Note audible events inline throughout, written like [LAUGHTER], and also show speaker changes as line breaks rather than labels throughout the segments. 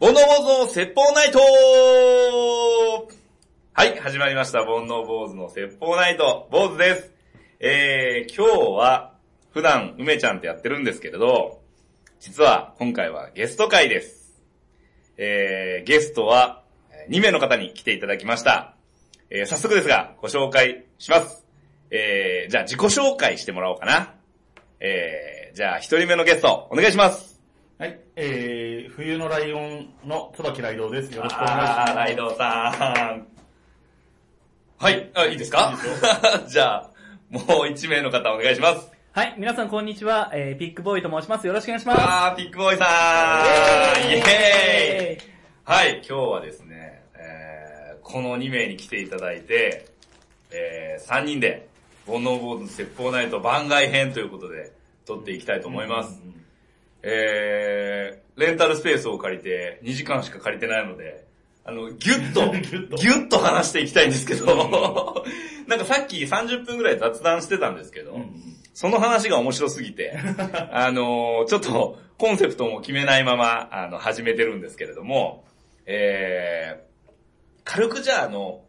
煩悩坊主の説法ナイトはい、始まりました。煩悩坊主の説法ナイト、坊主です。えー、今日は、普段、梅ちゃんってやってるんですけれど、実は今回はゲスト会です。えー、ゲストは、2名の方に来ていただきました。えー、早速ですが、ご紹介します。えー、じゃあ自己紹介してもらおうかな。えー、じゃあ1人目のゲスト、お願いします。
はい、えー、冬のライオンの椿ライドウです。よろしくお願いしま
あ
す。
ー、ライドさん。はい、あ、いいですか [LAUGHS] じゃあ、もう一名の方お願いします。
はい、皆さんこんにちは、えー、ピックボーイと申します。よろしくお願いします。
あー、ピックボーイさんイエーイはい、今日はですね、えー、この2名に来ていただいて、えー、3人で、煩悩坊主の説法ナイト番外編ということで、撮っていきたいと思います。えー、レンタルスペースを借りて、2時間しか借りてないので、あの、ぎゅっ [LAUGHS] と、
ぎゅっと
ぎゅっと話していきたいんですけど、 [LAUGHS] なんかさっき30分ぐらい雑談してたんですけど、その話が面白すぎ
[LAUGHS]
て、あのーちょっとコンセプトも決めないまま、あの、始めてるんですけれども、えー、軽くじゃああの、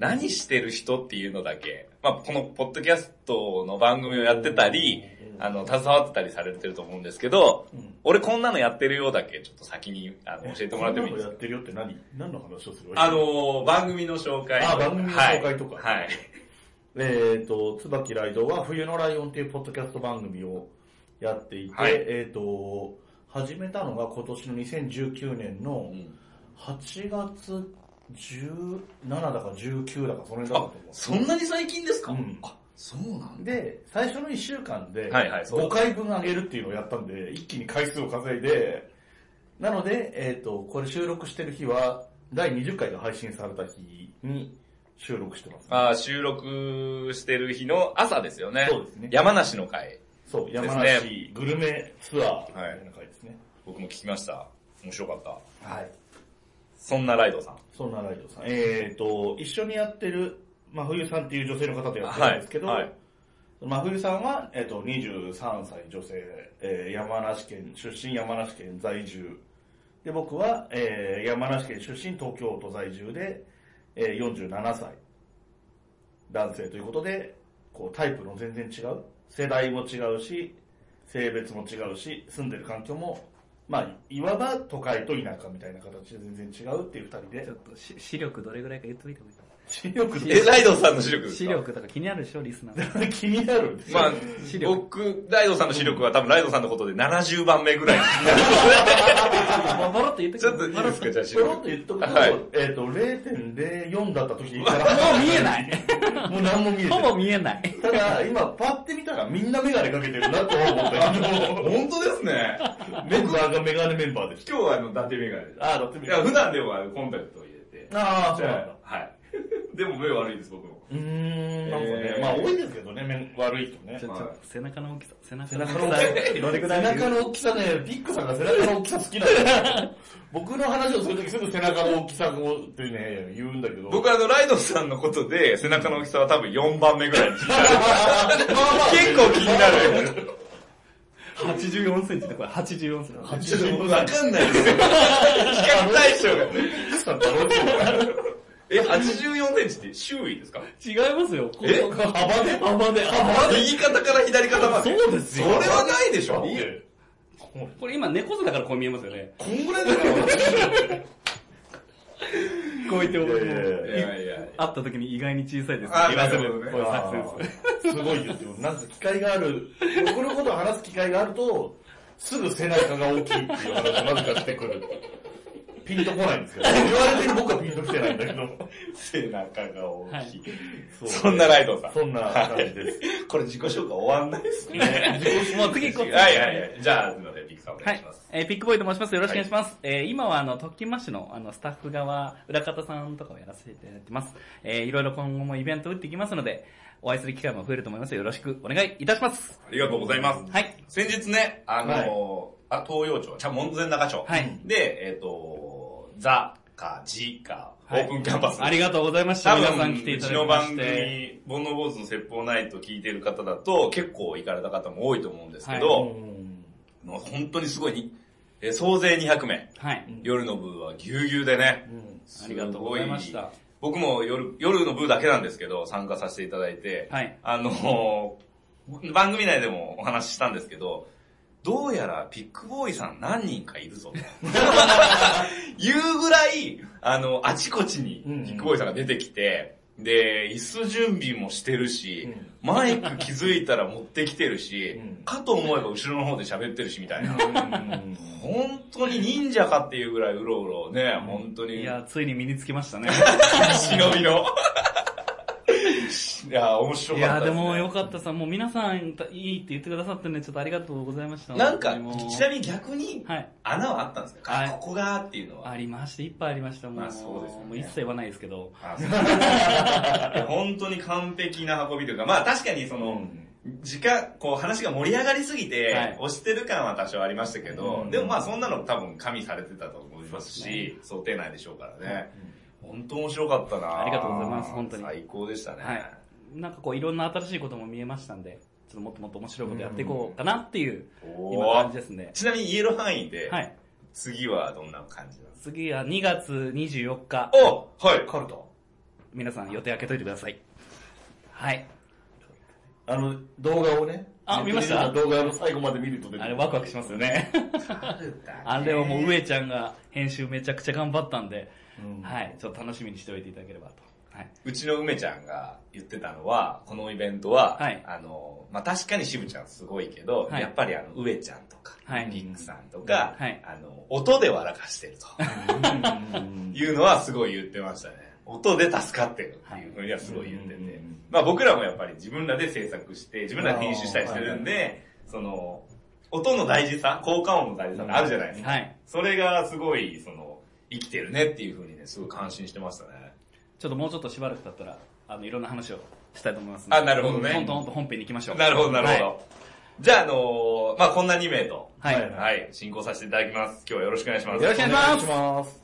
何してる人っていうのだけ、まあ、このポッドキャストの番組をやってたり、あの、携わってたりされてると思うんですけど、俺こんなのやってるようだけ、ちょっと先にあの教えてもらってもいいで
こ
すか
んなのやってるよって何何の話をする
あ、のー、番組の紹介。
あ番組の紹介とか
はい。はい
えーと、椿ライドウは冬のライオンっていうポッドキャスト番組をやっていて、
はい
えーと、始めたのが今年の2019年の
うん
8月17だか19だか、その辺だったと
あ
思、
そんなに最近ですか、
うん
あ、そうなん
う。
だ。
で、最初の1週間で、
はいはいそう
5回分上げるっていうのをやったんで、一気に回数を稼いで、なので、えっ、と、これ収録してる日は、第20回が配信された日に収録してます、
あー収録してる日の朝ですよね。
そうですね
山梨の会。
そ
す
う、
ね
山梨グルメツアーみたいな回ですね。
僕も聞きました。面白かった。
はい。
そんなライドさん。
そんなライドさん。えっ、と、一緒にやってる、真冬さんっていう女性の方とやってるんですけど、
はいはい
真冬さんは、えっ、と、23歳女性、えー山梨県出身、山梨県在住。で、僕は、えー山梨県出身、東京都在住で、えー47歳。男性ということで、こう、タイプの全然違う。世代も違うし、性別も違うし、住んでる環境も、まあ、いわば都会と田舎みたいな形で全然違うっていう二人で
[LAUGHS]
ちょっ、とし視力どれぐらいか言っておいた方がい
視力
え、ライドさんの視力
い
ですか
視力とか気になるでしょ、リスナー。
で [LAUGHS] 気になるんですよ。
まあ、
視力
僕、ライドさんの視力は多分ライドさんのことで70番目ぐらい。 [LAUGHS]
まあ、ボロッと言って
ちょっといい
ボロ
で
ッ
すか、じゃあ視
ちょろっと
力。
言っとくと、
はい
えっ、と、0.04だった時に言った
と
ら、
もう見えない。
もう何も見えて
ほ
な
ぼ
い。
見えない。
ただ、今、パッて見たらみんなメガネかけてるなと思って、あの、
本当ですね。
メンバーがメガネメンバーでし
今日はあの、伊達メガネです。
た。あー、だって
い
メガ
や、
ネ。
普段でもあのコンタクトを入れて。
あー、そうなんだ。
はい。で [LAUGHS] も目悪いです、僕も。
うーん、なんかね、
えー
まあ多いですけどね、面悪いとね
ちょ。ち
[LAUGHS]
ょ
ま
っ
あ
と背中の大きさ、背中
背
の
中の
大
大
き
き
さ。
さ、
どれぐらい
背中の大きさね、ピックさんが背中の大きさ好きなんだよ。僕の話をするときすぐ背中の大きさをってね、言うんだけど。
僕はあの、ライドさんのことで、背中の大きさは多分4番目ぐ [LAUGHS] らいに気になる。結構気になる。
84センチでこれ84センチ。
ちょっとわかんないですよ。比較対象が。え、84センチって周囲ですか
違いますよ。
え
ここが幅で幅で幅で。
右肩から左肩まで。
そうですよ
それはないでしょ。
これ今猫背だからこう見えますよね。
こんぐらいだよ。
こう言っても
いやいや。
会った時に意外に小さいです。
あ
言わせる。
なる
こ
ほど
ういう
ね
作戦です。
すごいですよ。なんか機会がある、僕のことを話す機会があると、すぐ背中が大きいっていう話をなぜかしてくる。ピンとこないんですけど、言われてる僕はピンと来てないんだけど。
背中が大きい。
そう
そんなライドさん。
そんな感じです。
これ自己紹介終わんないですね。
もう次行こ
は
う
いはいはい。じゃあ、すみません、ピックさんお
は
願い
い
します。。
えーピックボーイと申します。よろしくお願いします。えー今はあの、特訓マッシュのあの、スタッフ側、裏方さんとかをやらせていただいてます。えーいろいろ今後もイベントを打っていきますので、お会いする機会も増えると思います。よろしくお願いいたします。
ありがとうございます。
はい。
先日ね、あのーあ東洋町、ちゃ門前仲町。
はい
で、えっ、と、ザかジか、オ
はい
ープンキャンパス。
ありがとうございました。
多
皆さん来
分、
て
う
いた
ち
だ
の
きま
番
し
組、
て。
煩悩坊主の説法ないと聞いてる方だと、結構行かれた方も多いと思うんですけど、
うん
あの本当にすごいに、ええー総勢200名。
はい。
夜の部はぎゅうぎゅうでね。
うん。
ありがとうございました
すごい。僕も夜、夜の部だけなんですけど、参加させていただいて、
はい
あのー番組内でもお話ししたんですけど、どうやらピックボーイさん何人かいるぞ
[LAUGHS]
と。いうぐらい、あの、あちこちに
うんうん
ピックボーイさんが出てきて、で、椅子準備もしてるし、
うん
マイク気づいたら持ってきてるし、
うん
かと思えば後ろの方で喋ってるしみたいな。
うん
本当に忍者かっていうぐらいうろうろね、本当に。
いや、ついに身につき
[LAUGHS]
ましたね。
忍びの。 [LAUGHS] いや、面白
い
か
や、
った、
です
ね。
もよかったさ、もう皆さんいいって言ってくださったんで、ちょっとありがとうございました。
なんか、
もう
ちなみに逆に、
はい。
穴はあったんですか、
はい
ここがっていうのは。
ありました、いっぱいありました、もう。
まあそうですよね
もう一切言わないですけど。
あそういや [LAUGHS] 本当に完璧な運びというか、まあ確かにその、時間、こう話が盛り上がりすぎて、
はい
押してる感は多少ありましたけど、
うん
でもまあそんなの多分加味されてたと思いますし、想定内でしょうからね。本当面白かったな
ありがとうございます本当に
最高でしたね。
はいなんかこう、いろんな新しいことも見えましたんで、ちょっともっともっと面白いことやっていこうかなっていう、
おー
今感じですね。
ちなみにイエロー範囲で、
はい。
次はどんな感じなんです
次は2月24日、
かおはい
カルタ
皆さん予定開けといてください。はい。
あの、動画をね。
あ見ました
動画の最後まで見ると出てくる
あれワクワクします
[LAUGHS]
よね。あれをもう上ちゃんが編集めちゃくちゃ頑張ったんで、
うん
はい、ちょっと楽しみにしておいていただければと。はい。
うちの梅ちゃんが言ってたのは、このイベントは、
はい
あの、まあ、確かに渋ちゃんすごいけど、
はい
やっぱりあの、上ちゃんとか、
はい
リックさんとか、
はい
あの、音で笑かしてると。いうのはすごい言ってましたね。音で助かってるっていうふうにはすごい言ってて。
はい
まあ僕らもやっぱり自分らで制作して、自分らで編集したりしてるんで、その、音の大事さ、効果音の大事さってあるじゃないですか。
はい。
それがすごい、その、生きてるねっていうふうにね、すごい感心してましたね。
ちょっともうちょっとしばらく経ったら、あの、いろんな話をしたいと思います
あなるほどね
本当本当本編に行きましょう。
なるほど、なるほど。
はい
じゃあ、あのーまあこんな2名と、
はい。
はい
よ
はい、進行させていただきます。今日はよろしくお願いします。
ろしくお願いし
ま
ます。
す。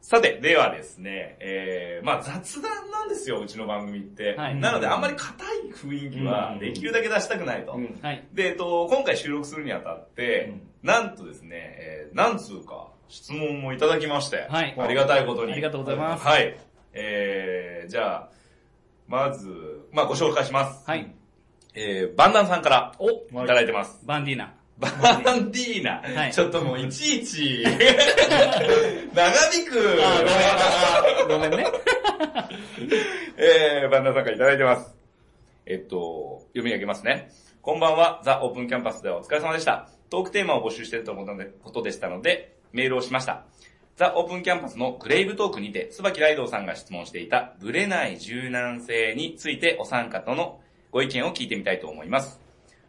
さて、ではですね、えー、まあ雑談なんですよ、うちの番組って。
はい
なので、あんまり硬い雰囲気は
うん
できるだけ出したくないと。
うん
はい。
で、えっと、今回収録するにあたって、なんとですね、えー、なんつうか、質問もいただきまして、
はい
ありがたいことに。
ありがとうございます
はい。えー、じゃあ、まず、まあご紹介します。
はい。
えー、バンダンさんから、
お
いただいてます。
バンディーナ。
バンディーナ、
はい
ちょっともういちい
[LAUGHS]
ち、長引く、
ごめんね。
えー、バンダーさんからいただいてます。えっと、読み上げますね。こんばんは、ザ・オープンキャンパスではお疲れ様でした。トークテーマを募集していると思ったので、ことでしたので、メールをしました。ザ・オープンキャンパスのグレイブトークにて、椿ライドウさんが質問していた、ブレない柔軟性についてお三方のご意見を聞いてみたいと思います。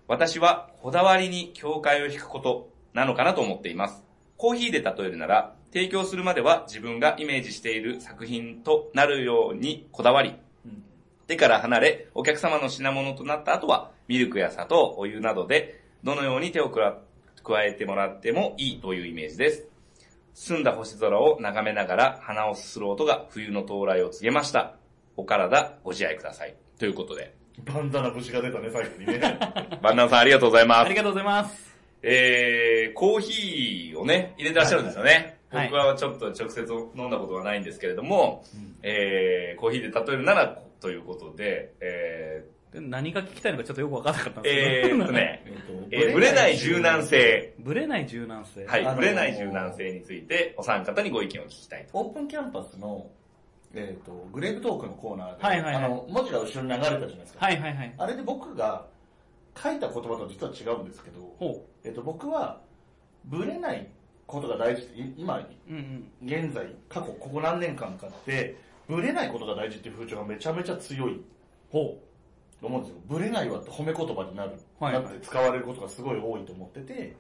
私はこだわりに境界を引くことなのかなと思っています。コーヒーで例えるなら、提供するまでは自分がイメージしている作品となるようにこだわり、手から離れ、お客様の品物となった後は、ミルクや砂糖、お湯などで、どのように手をくら加えてもらってもいいというイメージです。澄んだ星空を眺めながら鼻をすする音が冬の到来を告げました。お体ご自愛ください。ということで。
バンダナ節が出たね、最後にね。
バンナンさんありがとうございます
あり。がとうございます。
えー、コーヒーをね、入れてらっしゃるんですよね。
はい
僕はちょっと直接飲んだことはないんですけれども、
ん
えー、コーヒーで例えるなら、ということで、え
で何が聞きたいのかちょっとよくわからなかった
ー、
んですけ
え
ど。
ーっと。ね、えー、
ぶ
ぶれない柔軟。性、
[LAUGHS] ブレない柔軟性。
は
あの
い、
ー
ぶれない柔軟性について、お三方にご意見を聞きたいと。
オープンキャンパスの、えっ、と、グレープトークのコーナーで、
はいはいはい
あの、文字が後ろに流れたじゃないですか。
はいはいはい。
あれで僕が書いた言葉とは実は違うんですけど、
ほ
えっ、と、僕は、ブレないことが大事って、い今、
う。うんうん。
現在、過去、ここ何年間かって、ブレないことが大事っていう風潮がめちゃめちゃ強い
ほ
と思うんですよ。ブレないはって褒め言葉になる。
はいはい
なって使われることがすごい多いと思ってて、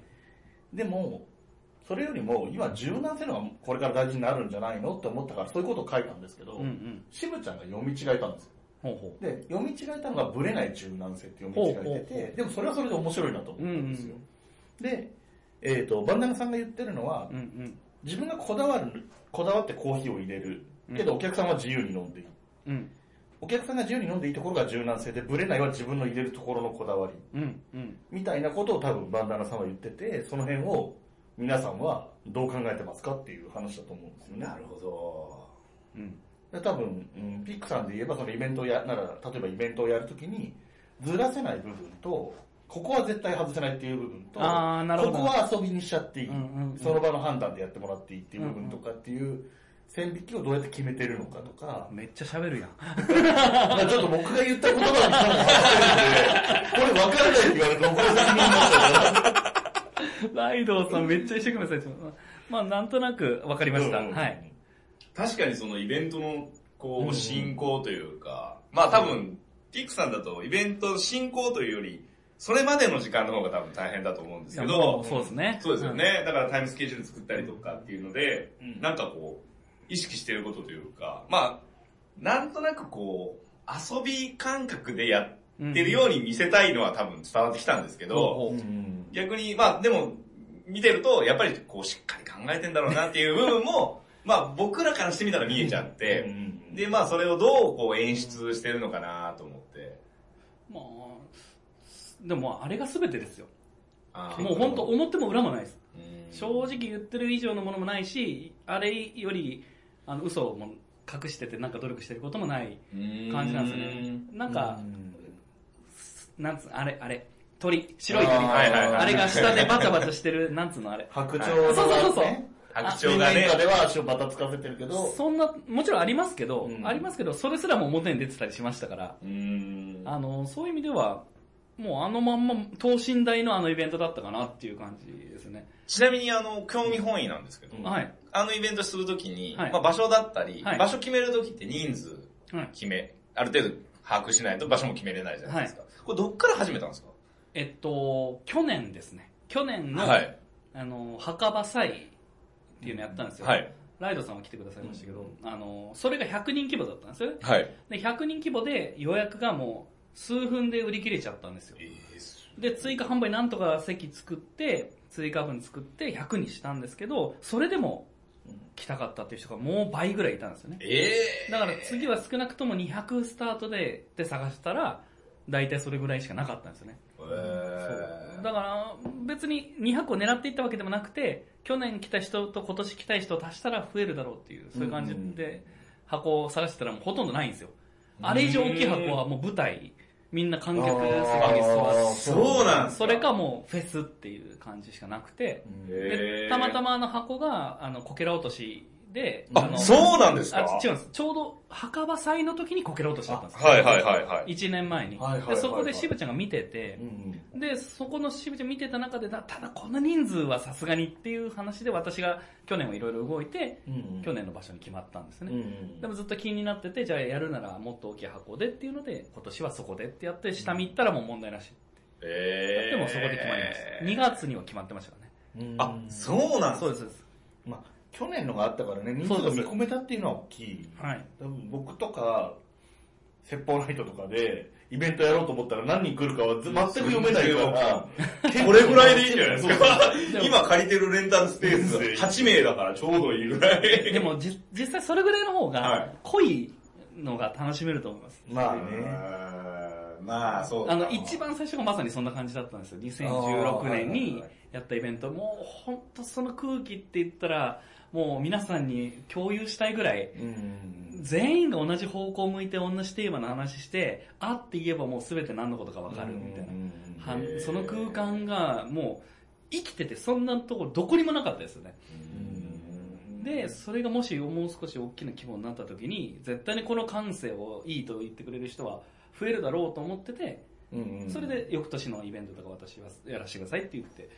でも、それよりも今柔軟性の方がこれから大事になるんじゃないのって思ったからそういうことを書いたんですけど、
う。うんうん。
しぶちゃんが読み違えたんですよ。
ほうほ
で、読み違えたのがブレない柔軟性って読み違えて
ほうほう
て、でもそれはそれで面白いなと思うんですよ。で、えっ、と、バンダナさんが言ってるのは
う。う、んうん。
自分がこだわる、こだわってコーヒーを入れる。けどお客さんは自由に飲んでいい。
うん。
お客さんが自由に飲んでいいところが柔軟性で、ブレないは自分の入れるところのこだわり。
うん、うん。
みたいなことを多分バンダナさんは言ってて、その辺を皆さんはどう考えてますかっていう話だと思うんですよね。
なるほど。
うん。
で多分、うん、ピックさんで言えばそのイベントをや、なら、例えばイベントをやるときに、ずらせない部分と、ここは絶対外せないっていう部分と、
あーなるほ
こ
ど
こは遊びにしちゃっていい、
うんうんうん
その場の判断でやってもらっていいっていう部分とかっていう線引きをどうやって決めてるのかとか、 [LAUGHS]
めっちゃ喋るやん。
まあちょっと僕が言った言葉に多分合ってるんで、これ分からないって言われて、僕は責任持っちゃうから
ライドウさんめっちゃ一生懸命されてますまあなんとなくわかりました。
うんうんうん
はい。
確かにそのイベントのこ
うん
う進行というか、まあ多分、ピックさんだとイベント進行というより、それまでの時間の方が多分大変だと思うんですけ
いやも
ど
う、そうですね。
そうですよね。だからタイムスケジュール作ったりとかっていうので、
うん
なんかこう、意識してることというか、まあ、なんとなくこう、遊び感覚でや
うん。
ってるように見せたいのは多分伝わってきたんですけど、
うん
うん
逆に、まあでも、見てると、やっぱりこう、しっかり考えてんだろうなっていう部分も、 [LAUGHS] まあ僕らからしてみたら見えちゃって、で、まあそれをどうこう演出してるのかなと思って。
まあ、でもあれが全てですよ。
あー
もう本当表も裏もないです。
うん
正直言ってる以上のものもないし、あれより、あの、嘘をも隠しててなんか努力してることもない感じなんですよね。なんか、なんつうあれ、あれ、鳥、白い鳥。
あーはいはいはい
あれが下でバチャバチャしてる、 [LAUGHS] なんつうのあれ。
白鳥
そうそうそう
の
そう
ね、
白鳥
みん
が
な
ね
以、下では足をバタつかせてるけど、
そんな、もちろんありますけど、
うん
ありますけど、それすらも表に出てたりしましたから、
うーん
あの、そういう意味では、もうあのまんま、等身大のあのイベントだったかなっていう感じですね。
ちなみにあの、興味本位なんですけど、
うん
はい。
あのイベントするときに、
はい
まあ場所だったり、
はい
場所決めるときって人数
はい。
決め、ある程度把握しないと場所も決めれないじゃないですか。これどっから始めたんですか
えっと、去年ですね。去年の、
はい。
あの、墓場祭っていうのやったんですよ。
はい。
ライドさんは来てくださいましたけど、あの、それが100人規模だったんですよね。
はい。
で、100人規模で予約がもう数分で売り切れちゃったんですよ。で、追加販売なんとか席作って、追加分作って100にしたんですけど、それでも来たかったっていう人がもう倍ぐらいいたんですよね。
ええ
だから次は少なくとも200スタートでで探したら、大体それぐらいしかなかったんですよね。
え
そう
ー
だから別に200を狙っていったわけでもなくて、去年来た人と今年来たい人を足したら増えるだろうっていう、そういう感じで箱を探してたらもうほとんどないんですよ。あれ以上大きい箱はもう舞台、みんな観客席に座っ
そうなん
て、
ですか
それかもうフェスっていう感じしかなくて、
へ
で
ー
たまたまあの箱があのこけら落としで、
あ、
の
そうなんですか
あ違うんです。ちょうど墓場祭の時にこけら落としだったんですよ。
はいはいはいはい。
1年前に。
はいはいはいはい
でそこで渋ちゃんが見てて、で、そこの渋ちゃん見てた中で、だただこんな人数はさすがにっていう話で私が去年はいろいろ動いて、去年の場所に決まったんですね。でもずっと気になってて、じゃあやるならもっと大きい箱でっていうので、今年はそこでってやって、下見行ったらもう問題なし。
え
でもそこで決まりました。2月には決まってましたからね。
あ、そうなんです
そう
か
です、そうです。
まあ、去年のがあったからね、人数が見込めたっていうのは大きい。
はい。
多分僕とか、説法ライトとかで、イベントやろうと思ったら何人来るかはず全く読めないから、
これぐらいでいいんじゃないですか
でも
今借りてるレンタルスペ
[LAUGHS]
ース
全然
8名だからちょうどいいぐらい。
でもじ実際それぐらいの方
は
が
い、
濃いのが楽しめると思います。
まあね。
えーまあ、そうか
あの、一番最初がまさにそんな感じだったんですよ。2016年にやったイベント。もう、ほんとその空気って言ったら、もう皆さんに共有したいぐらい、
うん
全員が同じ方向を向いて同じテーマの話して、あって言えばもう全て何のことかわかるみたいな。は
へー
んその空間がもう、生きててそんなところどこにもなかったですよね。
うん
で、それがもしもう少し大きな規模になった時に、絶対にこの感性をいいと言ってくれる人は増えるだろうと思ってて、
うん
それで翌年のイベントとか私はやらせてくださいって言って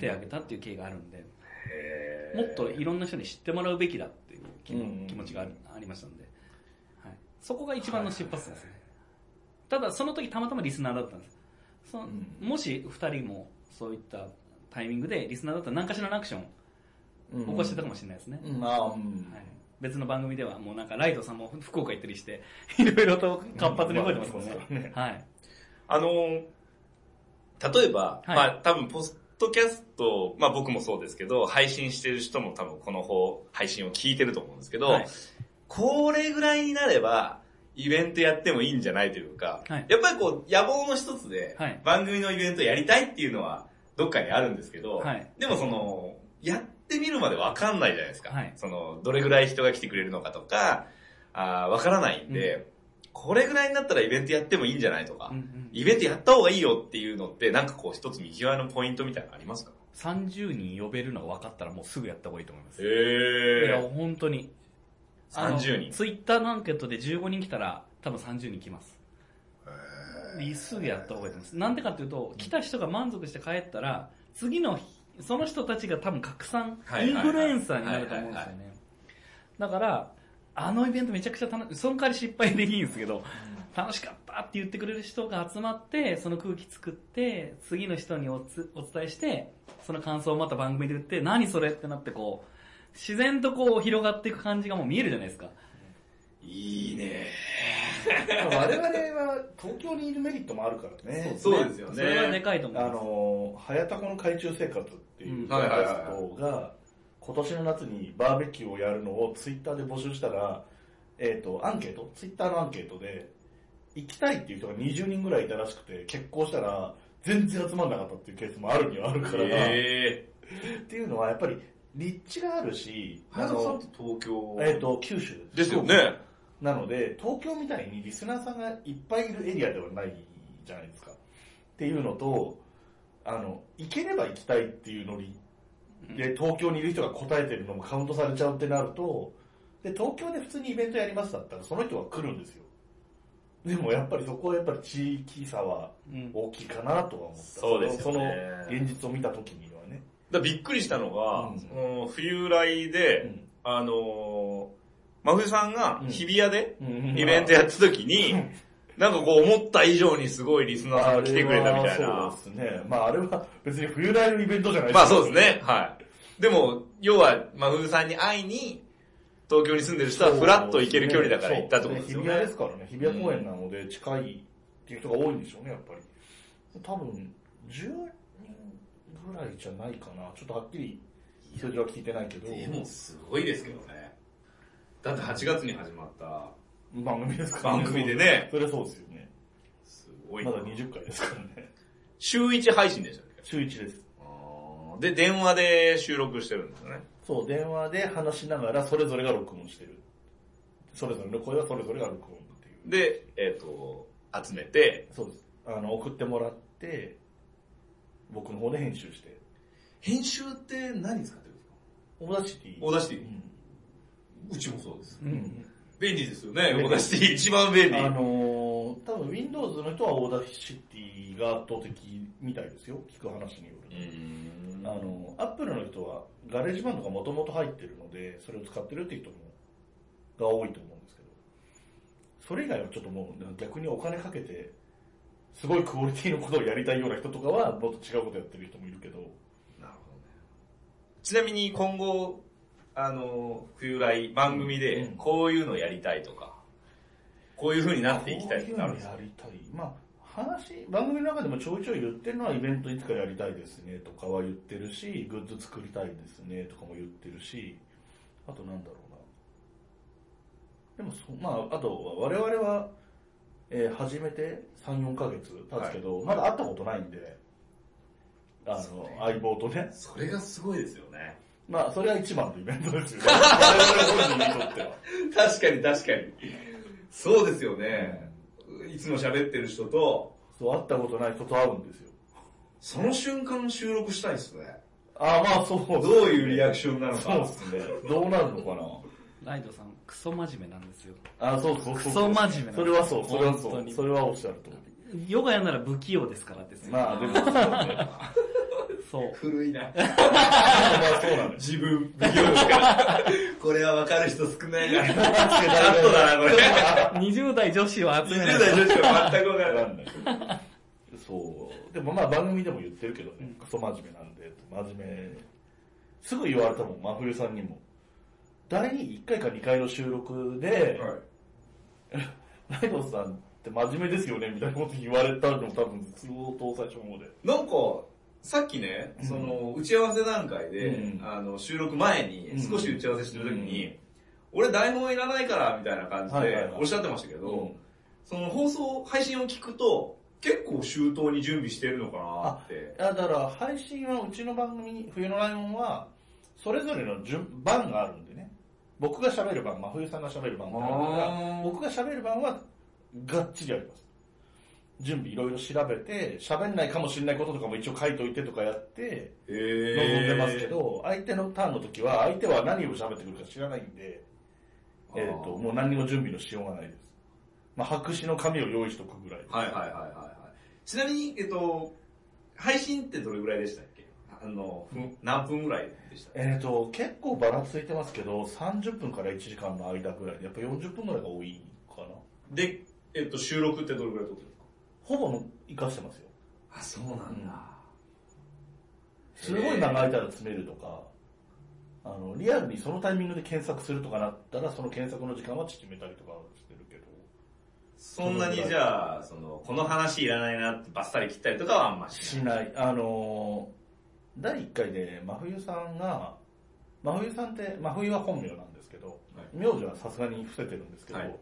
手を挙げたっていう経緯があるんで、
へー
もっといろんな人に知ってもらうべきだっていう気
うんうん
気持ちがあるありましたんで、はい、そこが一番の出発点ですね。ただその時たまたまリスナーだったんです。その
ん
もし二人もそういったタイミングでリスナーだったら何かしらのアクション
うん
を起こしてたかもしれないですね。
うんまあ、うん
はい、別の番組ではもうなんかライトさんも福岡行ったりして、いろいろと活発に動いてますもん
うんまあそうです
ね。はい。
あのー、例えば、
はい
まあ多分ポストキャスト、まあ僕もそうですけど、配信してる人も多分この方、配信を聞いてると思うんですけど、
はい
これぐらいになれば、イベントやってもいいんじゃないというか、
はい
やっぱりこう、野望の一つで
はい、
番組のイベントやりたいっていうのは、どっかにあるんですけど、
はい
でもその、やってみるまでわかんないじゃないですか。
はい
その、どれぐらい人が来てくれるのかとか、あーわからないんで、これぐらいになったらイベントやってもいいんじゃないとか、
うんうん
イベントやった方がいいよっていうのって、なんかこう一つ見極めのポイントみたいなのありますか
30人呼べるのが分かったらもうすぐやった方がいいと思います。いや、
へ
本当に。
30人
ツイッターのアンケートで15人来たら、多分30人来ます。すぐやった方がいいと思います。なんでかっていうと、来た人が満足して帰ったら、次の日、その人たちが多分拡散、
はいはい
イン
はい
フルエンサーになると思うんですよ
はい
ね。だから、あのイベントめちゃくちゃ楽し、その代わり失敗できるんですけど、楽しかったって言ってくれる人が集まって、その空気作って、次の人におつお伝えして、その感想をまた番組で言って、何それってなってこう、自然とこう広がっていく感じがもう見えるじゃないですか。
ー。いいね
我々は東京にいるメリットもあるからね。
そうですよね
それはでかいと思
あ
います。
の、早田子の海中生活っていううんポッドキャ
はいはい
ストが、今年の夏にバーベキューをやるのをツイッターで募集したら、えっ、と、アンケート、ツイッターのアンケートで、行きたいっていう人が20人ぐらいいたらしくて、結婚したら全然集まんなかったっていうケースもあるにはあるから、
へ
っていうのはやっぱり立地があるし、
ー。
あの、
東京
えっ、と、九州
ですよね。
なので、東京みたいにリスナーさんがいっぱいいるエリアではないじゃないですか。っていうのと、あの、行ければ行きたいっていうノリで、東京にいる人が答えてるのもカウントされちゃうってなると、で、東京で普通にイベントやりますだったら、その人は来るんですよ。でもやっぱりそこはやっぱり地域差は
うん
大きいかなとは思った。
そうですよ
その
ね
現実を見た時にはね。
だびっくりしたのが、
うん
その冬来で、あのー、真冬さんが
うん
日比谷で
うん
イベントやった時に、なんかこう思った以上にすごいリスナーさんが来てくれたみたい
あれは
な。
そうですね。まああれは別に冬来のイベントじゃない
まあそうですね、はい。でも、要は真冬さんに会いに、東京に住んでる人はフラッと行ける距離だから行ったってことですよね。
そう日比谷ですからね。日比谷公園なので近いっていう人が多いんでしょうね、やっぱり。多分、10人ぐらいじゃないかな。ちょっとはっきり数字は聞いてないけど、
でもすごいですけどね。だって8月に始まった
番組ですから
番組で。ね、
それはそうですよね。
すごい
ま
な
だ20回ですからね。
週1配信でしたっけ
週1です。
あーで、電話で収録してるんですよね。
そう、電話で話しながらそれぞれが録音してる。それぞれの声はそれぞれが録音っていう。
で、えっ、と、集めて、
そうです。あの、送ってもらって、僕の方で編集して。
編集って何使ってるんですか
オーダーシティ。
オーダーシティ
うん
うちもそうです。
う
うんん
便利ですよね、
便利
オーダーシティ一番便利。
あのー、多分 Windows の人はオーダーシティが圧倒的みたいですよ。聞く話によ
う
る
ーん
と。あの、Apple の人はガレージバンドがもともと入ってるので、それを使ってるっていう人も、が多いと思うんですけど。それ以外はちょっともう逆にお金かけて、すごいクオリティのことをやりたいような人とかは、もっと違うことやってる人もいるけど、
なるほどね。ちなみに今後、あの、冬来番組
う
で
ん
こういうのやりたいとか、こういう風になっていきたいとかあるんですか
こういうのやりたい。まあ、話、番組の中でもちょいちょい言ってるのはイベントいつかやりたいですねとかは言ってるし、グッズ作りたいですねとかも言ってるし、あとなんだろうな。でもそ、まあ、あとは我々は、えー始めて3、4ヶ月経つけど、まだ会ったことないんで、あ
そう
の
ね、
相棒とね。
それがすごいですよね。
まあ、それは一番のイベントですよ
[LAUGHS]
ね。我々本人にとっては。
確かに確かに。そうですよね。いつも喋ってる人と、
そう、会ったことない人と会うんですよ。
その瞬間収録したいですね。
ああ、まあ、そう。
どういうリアクションなの
そう
か
で。すね。どうなるの
ライドさん、クソ真面目なんですよ。
かなあ、そうそうそう。
クソ真面目なん
それはそう、それは
本当
そう。
に
それはおっしゃると思
ヨガやなら不器用ですからです
う。
よ。
まあ、でも、そうねま
そう。
古いな。
あそうなんです。
自
[LAUGHS]
分、不器用ですから。これはわかる人少ないな。カットだな、これ。
20代女子を
[LAUGHS]
集めない
20代女子は全くわからない。
なんだけどそう。でもまあ、番組でも言ってるけどね、クソ真面目なんで、真面目。すぐ言われたもん、真冬さんにも。第1回か2回の収録で、ライドさんって真面目ですよね、みたいなこと言われたのも多分、相当最初の方で。
なんか、さっきね、その、打ち合わせ段階で、
うん
あの、収録前
う
に
ん
少し打ち合わせしてる時に、俺台本いらないから、みたいな感じ
はいはい
で
はい
おっしゃってましたけど、
うん
その放送、配信を聞くと、結構周到に準備してるのかなって。
だから配信はうちの番組、冬のライオンは、それぞれの順番があるんでね。僕が喋る番、真冬さんが喋る番があるか
あー
ら、僕が喋る番はがっちりやります。準備いろいろ調べて、喋んないかもしれないこととかも一応書いといてとかやって、
え
臨んでますけど、相手のターンの時は、相手は何を喋ってくるか知らないんで、
あー
えっ、と、もう何にも準備のしようがないです。まあ、白紙の紙を用意しとくぐらいです。
はいはいはいはいはい。ちなみに、えっと、配信ってどれぐらいでしたっけあの、ふん何分ぐらいでしたっけ
えっ、と、結構ばらついてますけど、30分から1時間の間ぐらいで、やっぱ40分ぐらいが多いかな。
で、えっと、収録ってどれぐらい撮ってるんですか
ほぼの活かしてますよ。
あ、そうなん
だ。すごい長い間詰めるとか、あの、リアルにそのタイミングで検索するとかなったら、その検索の時間は縮めたりとかしてるけど。
そんなにじゃあ、その、この話いらないなってバッサリ切ったりとかはあんまし
し
ない。
ない。あのー第1回で真冬さんが、真冬さんって、真冬は本名なんですけど、
はい
名字はさすがに伏せてるんですけど、
はい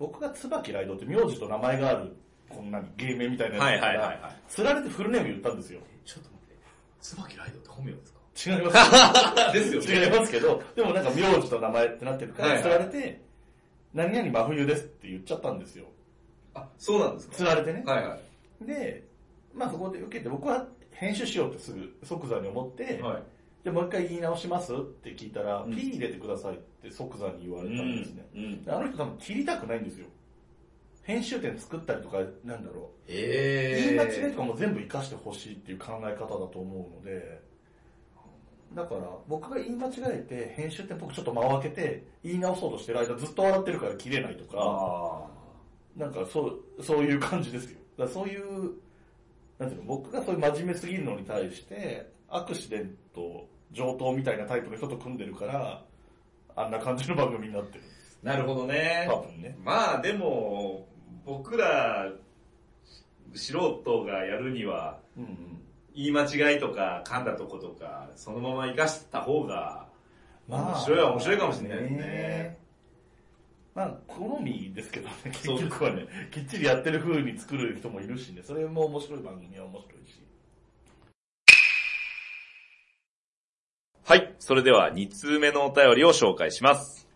僕が椿ライドって名字と名前がある、こんなに芸名みたいな
は
や
い
つだ
は
か
い
ら、
はいはい。
つられてフルネーム言ったんですよ。
ちょっと待って、椿ライドって本名ですか
違い [LAUGHS] ます。
ですよ
違い
ね。
ますけど、でもなんか名字と名前ってなってるか
はい
ら、
はい
つられて、何々真冬ですって言っちゃったんですよ。
あ、そうなんですか
つられてね。
はいは
で、まあそこで受けて、僕は編集しようってすぐ即座に思って、
い。はい。
で、もう一回言い直しますって聞いたら、
うん
P 入れてくださいって即座に言われたんですね。
うん
であの人多分切りたくないんですよ。編集点作ったりとか、なんだろう。
え
言い間違い
ー。
とかも全部活かしてほしいっていう考え方だと思うので、だから僕が言い間違えて、編集点僕ちょっと間を開けて、言い直そうとしてる間ずっと笑ってるから切れないとか、
あ
なんかそう、そういう感じですよ。だからそういう、なんていうの、僕がそういう真面目すぎるのに対して、アクシデント、上等みたいなタイプの人と組んでるから、あんな感じの番組になってる。
ー。なるほどね。
多分ね。
まあでも、僕ら、素人がやるには、
うんうん。
言い間違いとか噛んだとことか、そのまま生かした方が、面白いは面白いかもしれないですね。
まあ、好みですけどね、結
[LAUGHS] そうです
局はね、きっちりやってる風に作る人もいるしね、それも面白い番組は面白いし。
はい。それでは2通目のお便りを紹介します。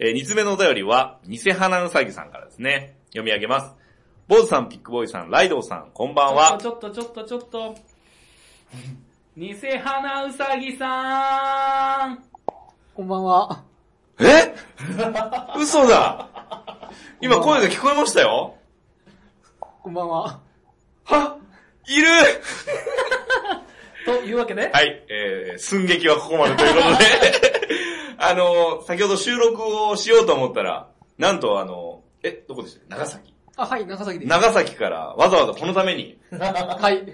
え2通目のお便りは、偽花うさぎさんからですね。読み上げます。坊主さん、ピックボーイさん、ライドウさん、こんばんは。
ちょっとちょっとちょっとちょっと。偽花うさぎさーん。
こんばんは。
え嘘だ今声が聞こえましたよ
こんばんは。
はいる
というわけで、
はい、えー、寸劇はここまでという [LAUGHS] ことで、あの、先ほど収録をしようと思ったら、なんとあの、え、どこでしたっけ長崎。
あ、はい、長崎です。
長崎からわざわざこのために、
はい。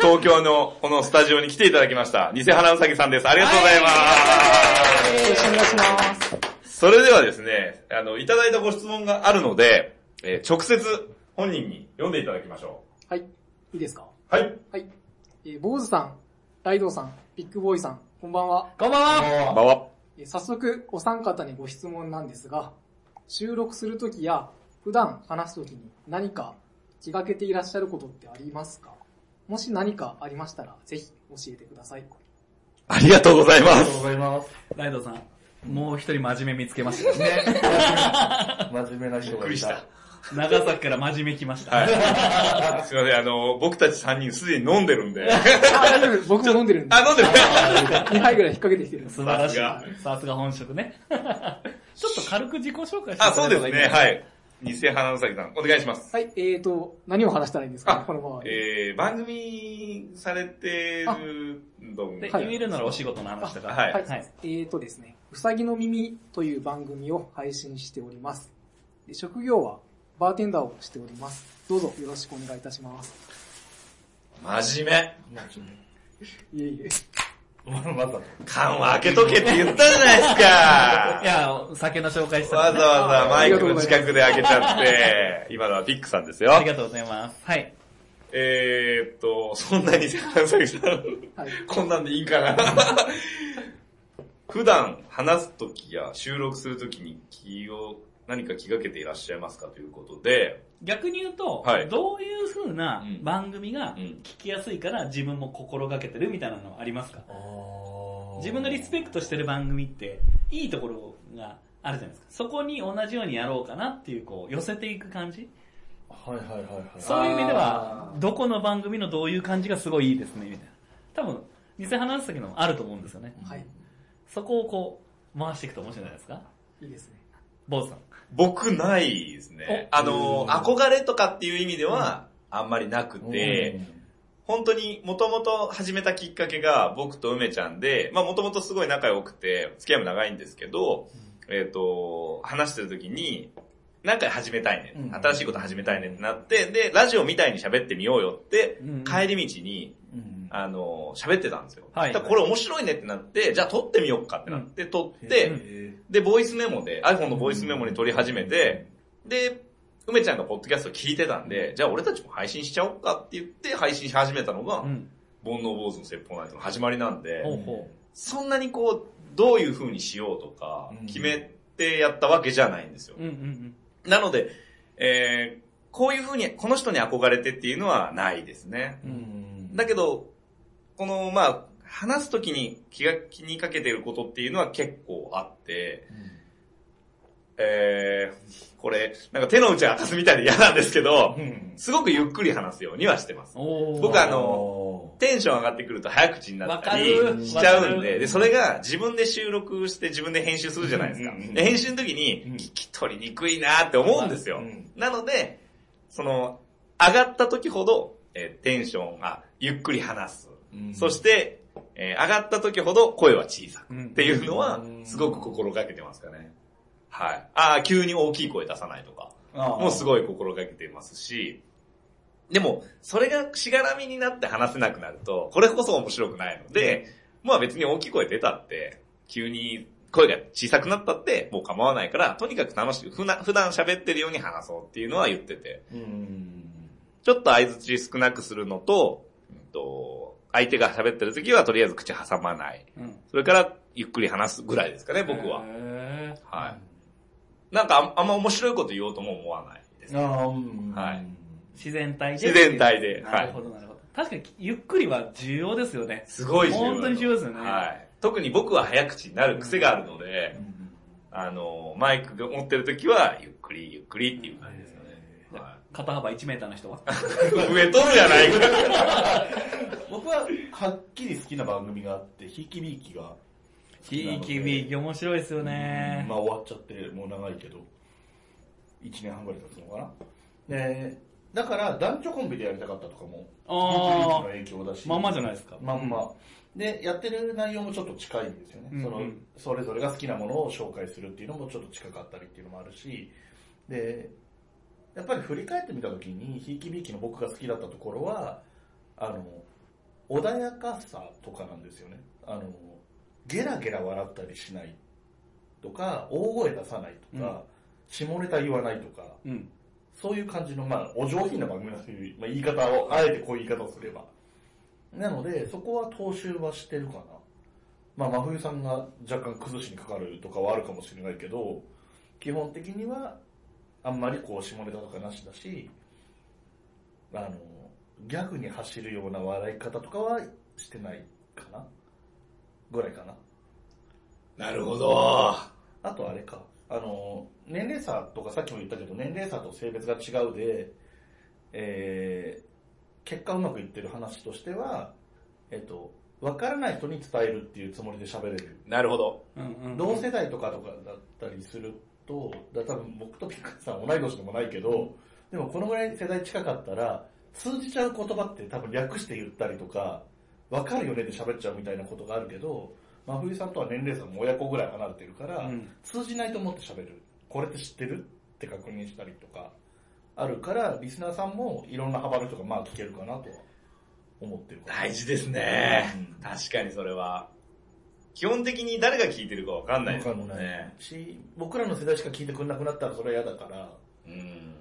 東京のこのスタジオに来ていただきました、偽花うさぎさんです。ありがとうございます。
よろしくお願いします。
それではですね、あの、いただいたご質問があるので、えー直接本人に読んでいただきましょ
はい。いいですか
う。はい。
はい。えー、坊主さん、ライドウさん、ビッグボーイさん、こんばんは。
こんばんは。
こん
あ
ばんは。
えー早速、お三方にご質問なんですが、収録するときや、普段話すときに何か気がけていらっしゃることってありますかもし何かありましたら、ぜひ教えてください。
ありがとうございま
りが
す
とう。ございます。
ライドさん、もう一人真面目見つけましたね。
[LAUGHS]
ね、真面目な人
びっ
が
くり
い
したた。。
長崎から真面目来ました。
はい。すいません、あの、僕たち3人すでに飲んでるん [LAUGHS] で。
あ、大丈夫。僕も飲んでるんで、
あ、飲んでる
2杯ぐらい引っ掛けてきてるんです。
素晴らし
さ
い。さすが本職ね。 [LAUGHS] ちょっと軽く自己紹介して
あ、そう
[LAUGHS]
ですね、
い。
はい。偽花うさぎさん、お願いします。
はい、えーと、何を話したらいいんですか、
あ
ね、この場合。
えー、番組されてるのも
で、
はい
言えるならお仕事の話とか。
はい
はい。
はい
えーとですね、うさぎの耳という番組を配信しております。で職業はバーテンダーをしております。どうぞよろしくお願いいたします。
真面
真面
いえいえ。
目。ままさか。
目。缶は開けとけって言ったじゃないですか
い。や、酒の紹介した
わ
ら
ざ
ね
わざマイクの近くで開けちゃって、今のはピックさんですよ
あ。りがとうございます。はい。
えーっと、そんなに、さんさん、 [LAUGHS]
はい。
こんなんでいいんかな。普段話すときや収録するときに気を、何か気がけていらっしゃいますかということで、
逆に言うと、
はい
どういう風な
うん
番組が
うん
聞きやすいから自分も心がけてるみたいなのありますか自分がリスペクトしてる番組って、いいところがあるじゃないですか。そこに同じようにやろうかなっていう、こう、寄せていく感じ
はいはいはいはい。
そういう意味では
あ、
どこの番組のどういう感じがすごいいいですね、みたいな。多分、偽話す時のもあると思うんですよね。
はい。
そこをこう、回していくと面白いんじゃないですか
いいですね。
坊主さん。
僕ないですね。あの、
うん
憧れとかっていう意味では、あんまりなくて、本当にもともと始めたきっかけが僕と梅ちゃんで、まあもともとすごい仲良くて、付き合いも長いんですけど、えっ、と、話してる時に、なんか始めたいね、
うん
新しいこと始めたいねってなって、で、ラジオみたいに喋ってみようよって、
うん
帰り道に、
うん、うん
あの、喋ってたんですよ。
はい
だからこれ面白いねってなって、じゃあ撮ってみようかってなって、撮っ
へ
て、
ー
で、ボイスメモで、iPhone のボイスメモに撮り始めて、で、梅ちゃんがポッドキャスト聞いてたんで、じゃあ俺たちも配信しちゃおうかって言って配信し始めたのが、
うん。
煩悩坊主の説法ナイトの始まりなんで、
ほうほ
そんなにこう、どういう風にしようとか
うん、
決めてやったわけじゃないんですよ
う。う。んうん
なので、えー、こういう風に、この人に憧れてっていうのはないですね。
うん
だけど、この、まあ、話すときに気が、気にかけていることっていうのは結構あって、えー、これ、なんか手の内明かすみたいで嫌なんですけど
う、ん
すごくゆっくり話すようにはしてます。
うん。おー
僕はあの、テンション上がってくると早口になったり
わかる
しちゃう
わ
ん
かる
で、で、それが自分で収録して自分で編集するじゃないですか
うんうんうん。
で編集の時に
うん
聞き取りにくいなって思うんですよ
うん。
なので、その、上がった時ほど、えーテンションがゆっくり話す。
うん
そして、えー上がった時ほど声は小さく。
うん
っていうのは
う、ん
すごく心がけてますかね。はい。ああ、急に大きい声出さないとか。
あー
もうすごい心がけてますし、でも、それがしがらみになって話せなくなると、これこそ面白くないので、まあ別に大きい声出たって、急に声が小さくなったって、もう構わないから、とにかく楽しく、ふな普段喋ってるように話そうっていうのは言ってて、
うん
ちょっと相槌少なくするのと、うんと相手が喋ってる時はとりあえず口挟まない。
うん。
それからゆっくり話すぐらいですかね、僕は。
へー
はい。なんかあんあんま面白いこと言おうとも思わないです。
あーうん
はい
自然体で。
自然体ではい
なるほど、なるほど。確かに、ゆっくりは重要ですよね。
すごい重要
本当に重要ですよね
はい。特に僕は早口になる癖があるので
う、ん
あの、マイクが持ってる時は、ゆっくりゆっくりっていう感じですよね。は
肩幅1メーターの人は。
い、上取るやないか。
僕ははっきり好きな番組があって、ひいきびいきが。
ひいきびいき面白いですよね
うん。まあ終わっちゃって、もう長いけど。1年半ぐらい経つのかな。ねだから男女コンビでやりたかったとかも、
あー
ひいきびいきの影響だし。
まんまじゃないですか。
まんま。で、やってる内容もちょっと近いんですよね。
うんうん
その、それぞれが好きなものを紹介するっていうのもちょっと近かったりっていうのもあるし、で、やっぱり振り返ってみたときに、ひいきびいきの僕が好きだったところは、あの、穏やかさとかなんですよね。あの、ゲラゲラ笑ったりしないとか、大声出さないとか、
うん
下ネタ言わないとか、
うん。
そういう感じの、まあ、お上品な番組なんですけど、まあ、言い方を、あえてこういう言い方をすれば。なので、そこは踏襲はしてるかな。まあ、真冬さんが若干崩しにかかるとかはあるかもしれないけど、基本的には、あんまりこう、下ネタとかなしだし、あの、ギャグに走るような笑い方とかはしてないかな。ぐらいかな。
なるほど。
あとあれか、あの、年齢差とかさっきも言ったけど、年齢差と性別が違うで、えー、結果うまくいってる話としては、えっと、わからない人に伝えるっていうつもりで喋れる。
なるほど。
うんうん。
同世代とかとかだったりすると、だ多分僕とピカさん同い年でもないけど、でもこのぐらい世代近かったら、通じちゃう言葉って多分略して言ったりとか、わかるよねで喋っちゃうみたいなことがあるけど、真冬さんとは年齢差も親子ぐらい離れてるから、
うん
通じないと思って喋る。これって知ってるって確認したりとか、あるから、リスナーさんもいろんな幅の人がまあ聞けるかなとは思ってるから。
大事ですね
う。ん
確かにそれは。基本的に誰が聞いてるかわかんないです
わ
も
か
ん
んない
ね。
し、僕らの世代しか聞いてくれなくなったらそれは嫌だから、
うん。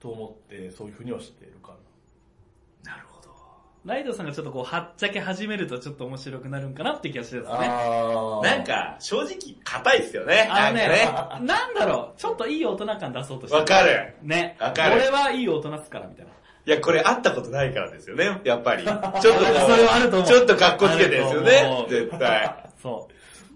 と思って、そういうふうにはしてるか
なるほど。
ライドさんがちょっとこう、はっちゃけ始めるとちょっと面白くなるんかなって気がしてるんですね。
あー
なん、か、正直、硬いっすよね。
あ
な
の
ん
ね
かね。
なんだろう、ちょっといい大人感出そうとして
わか。る。
ね。
わかる
俺はいい大人っすから、みたいな。
いや、これ会ったことないからですよね、やっぱり。ちょっとこ
それはあると
う、
思う
ちょっと格好つけてですよ
あると思
ね、
う
絶対。
そ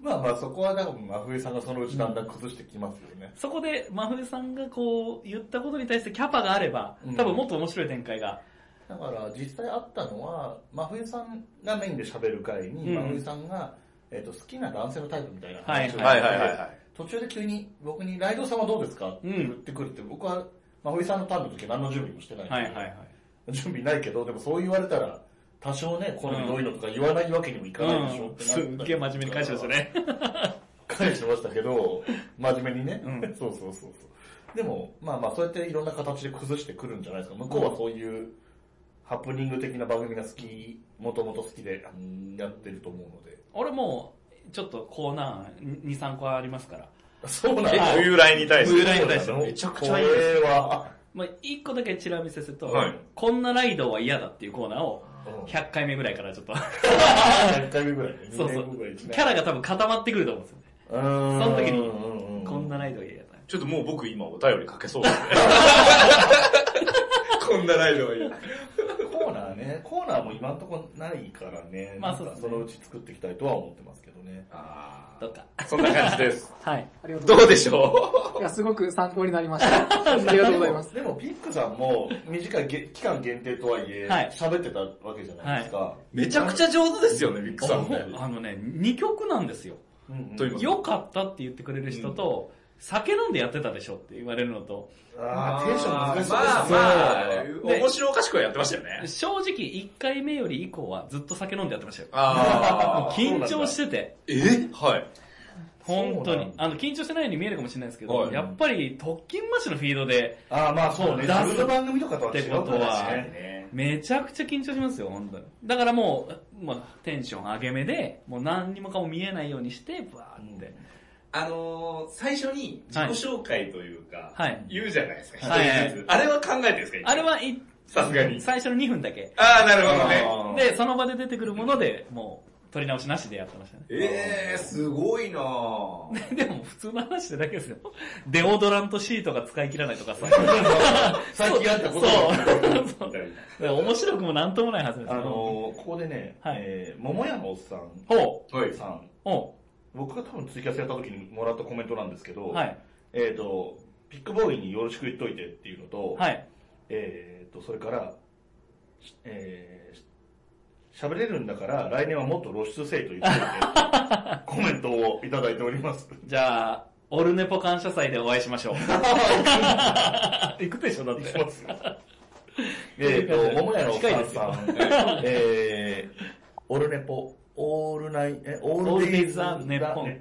う。
まあまあそこは多分、真冬さんがそのうちだんだん崩してきますよね。
そこで、真冬さんがこう、言ったことに対してキャパがあれば
うん、
多分もっと面白い展開が。
だから実際あったのは、真冬さんがメインで喋る回に、
うん
真冬さんが、えっと好きな男性のタイプみたいな
は
話
い
をして、
はいはいはいはい。
途中で急に僕に、ライドウさんはどうですかって言ってくるって、僕は真冬さんのターンの時は何の準備もしてないんで、
はいはいはい。
準備ないけど、でもそう言われたら、多少ね、これどういうのとか言わないわけにもいかないでしょ、
う
っ
ん
て
すっげえ真面目に返してました。ね。
返してましたけど、真面目にね。
うん
そうそうそうそう。でも、まあまあ、そうやっていろんな形で崩してくるんじゃないですか。向こうはそういう、ハプニング的な番組が好き、もともと好きで、うんやってると思うので。
[LAUGHS] 俺もう、ちょっとコーナー2、3個ありますから。
そうな
え、冬来に対して。
冬来に対して
め
め
ち
ち
ゃ
ゃ
く
く
ち
ち
ゃ
ゃ
い
い
い
い
で
ですす。
は、
まあ1個だけチラ見せすると、
はい
こんなライドは嫌だっていうコーナーを、
うん
100回目ぐらいからちょっと、
1回目ぐらいね。
そうそ
二年後ぐらいう一、年
キャラが多分固まってくると思うんですよね。
うーん
その時に
うんうん
こんなライドは嫌だ。
ちょっともう僕今お便りかけそうですね。こんなライドがいい。
コーナーね、コーナーも今んとこないからね。
まあそうです
な
ね
んかそのうち作っていきたいとは思ってますけどね。
あ
どっか。
ーそんな感じです。
はい。
ありがとう
ど
ございう
でしょ
ます。いや、すごく参考になりま [LAUGHS] した。ありがとうございます。
でも、ピックさんも短いげ期間限定とはいえ、
はい
喋ってたわけじゃないですか。
うめちゃくちゃ上手ですよね、ビックさんね。
あのね、2曲なんですよ。
うんうん
という
良かったって言ってくれる人と、酒飲んでやってたでしょって言われるのと、
あーテンション難しいですね。
まあまあ
そう、
で
面白おかしくはやってましたよね。
正直1回目より以降はずっと酒飲んでやってましたよ。
あ
[LAUGHS]
ー
緊張してて、
えはい。
本
そ
当
う
に
な。ん
あの、緊張してないように見えるかもしれないですけど、
はい
やっぱり特勤マッシュのフィードで、
あーまあそうね。
出す
自分の番組とかとは違うから
ってことは
ね。
めちゃくちゃ緊張しますよ、本当に。だからもう、まあ、テンション上げ目で、もう何にもかも見えないようにして、ブワーって。
あのー、最初に自己紹介というか、
はい
言うじゃないですか、
はい
一人ずつあれは考えてるんですか
あれ、はい、
さすがに。
最初の2分だけ。
ああ、なるほどね。
あー
で、その場で出てくるもので、もう、取り直しなしでやってましたね。
ええー、すごいなぁ。
でも普通の話でだけですよ。デオドラントシートが使い切らないとかさ。
[LAUGHS] 最近あったこ
そう。
とは
そう [LAUGHS] だから面白くもなんともないはずです
あ
よ。
のー、ここでね、
はい
えー、桃屋のおっさん
ほ
はい。
さん、
う。ほ
僕が多分ツイキャスやった時にもらったコメントなんですけど、
う。はい。
えっ、と、ピックボーイによろしく言っといてっていうのと、
はい。
えー、と、それから、しえー、し喋れるんだから来年はもっと露出せいと言っておいてコメントをいただいております。
じゃあ、オルネポ感謝祭でお会いしまし
[LAUGHS]
ょう。行くでしょ、だっ
いき
て。
ます。
[LAUGHS]
えーと、桃屋のおっ
近い
さん
です
さ
よ
ん、
[LAUGHS]
えー、オルネポ、オールナイ、え、オールデイズ・ザ・ネッポンっ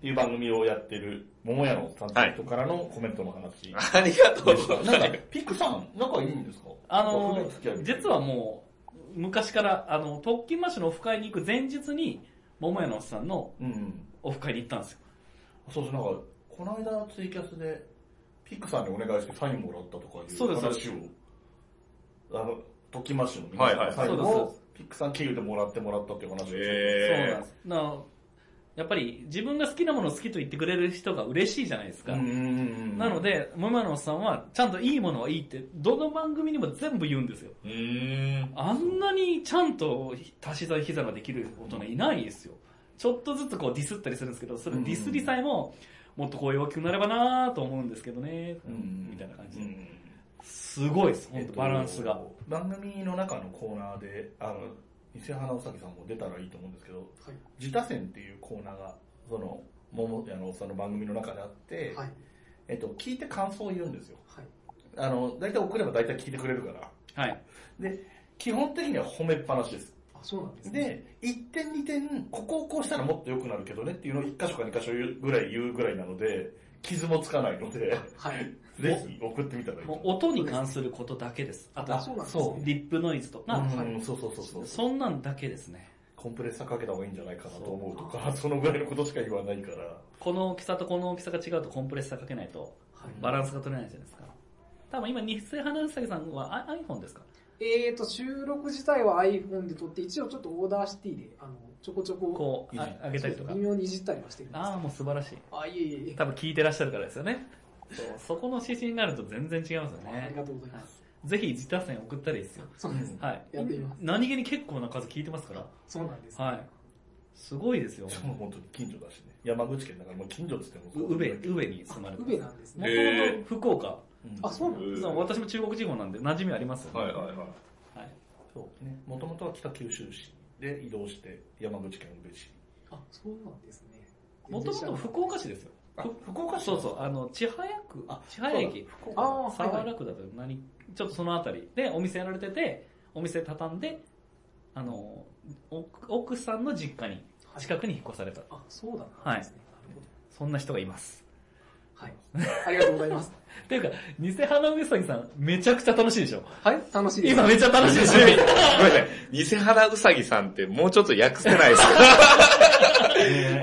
ていう番組をやってる桃屋のおっさんっていう人からのコメントの話。
[LAUGHS] ありがとうございます。
なんか、ピックさん、仲いいんですか
あの
僕ね付き合い、
実はもう、昔から、あの、特勤マッシュのオフ会に行く前日に、桃屋のおっさんの
うんうん。
オフ会に行ったんですよ。
そうそう、なんか、この間ツイキャスで、ピックさんにお願いしてサインもらったとかいう話を、
そうですそうです
あの、トキマッシュの皆さん
はいはい
サイン
そうです
をピックさん経由でもらってもらったっていう話をして
そう
え
なんです。だからやっぱり自分が好きなものを好きと言ってくれる人が嬉しいじゃないですか。なの
で、
で、もやのおっさんは、ちゃんといいものはいいって、どの番組にも全部言うんですよ。
うーん。
あんなにちゃんと足し算引き算ができる大人いないですよ。ちょっとずつこうディスったりするんですけど、それディスりさえも、もっとこう大きくなればなぁと思うんですけどね、
うん
みたいな感じ
う
で。
ん
すごいです、ほんとバランスが。。
えっと番組の中のコーナーで、あの、伊勢花うさぎさんも出たらいいと思うんですけど、
はい
自他戦っていうコーナーが、その、桃屋のおっさんの番組の中であって、
はい。
えっと、聞いて感想を言うんですよ。
はい。
あの、大体送れば大体聞いてくれるから。
はい。
で、基本的には褒めっぱなしです。
あ、そうなんですね。
で、1点2点、ここをこうしたらもっと良くなるけどねっていうのを1箇所か2箇所言うぐらい言うぐらいなので、傷もつかないの
[LAUGHS]
で、
はい。
ぜひ送ってみたらいいと
もう
思
音に関することだけです。あと
あ、そうなんですね。
そう
リップノイズと
う。
か、
うん、そうそうそうそう。
そんなんだけですね。
コンプレッサーかけた方がいいんじゃないかなと思うとか、そのぐらいのことしか言わないから。
この大きさとこの大きさが違うとコンプレッサーかけないと
はい。
バランスが取れないじゃないですか。多分今、日清花うさぎさんはあ iPhone ですか
えーと、収録自体は iPhone で撮って、一応ちょっとオーダーシティで、あの、ちょこちょこ、
こう、あ
いじ
上げたりとか
微。妙にいじったりはしてるんです
ああ、もう素晴らしい。
あ、いえいえいえ
多分聞いてらっしゃるからですよね。そうそこの指針になると全然違いますよ
あり
ね
が。とうございます。
ぜひ自他線送ったらいいですよ。
そうです。
はい。
やってみます
何気に結構な数聞いてますから。
そうなんです。
はい。すごいですよ。
しかも本当に近所だしね。山口県だからもう近所っつっても。
う宇部、宇部に住まれ
宇
て
部なんです
も
ね。
へ
ともと福岡。
うん
あ、そうなん
へ
で
ー
す
そう私も中国地方なんで馴染みありますよね
はいはいはい。
はい
そうね。もともとは北九州市で移動して山口県宇部市。
あ、そうなんですね。
もともと福岡市ですよ。
あ
ふ
福岡市
そうそう、あの、千早区、千早駅、
福
あ
岡。
あー、
千
はいは
早
い。
区だと何、ちょっとそのあたりでお店やられてて、お店畳んで、あの、奥奥さんの実家に、近くに引っ越された。
あ、そうだったんですね。なる
そんな人がいます。
ほど。はい。ありがとうござい [LAUGHS] ます。
っていうか、ニセ花うさぎさん、めちゃくちゃ楽しいでしょ
はい、楽しいです。
今めっちゃ楽しいでしょ
ごめんなさい。偽原うさぎさんってもうちょっと訳せ
[LAUGHS]
ないですか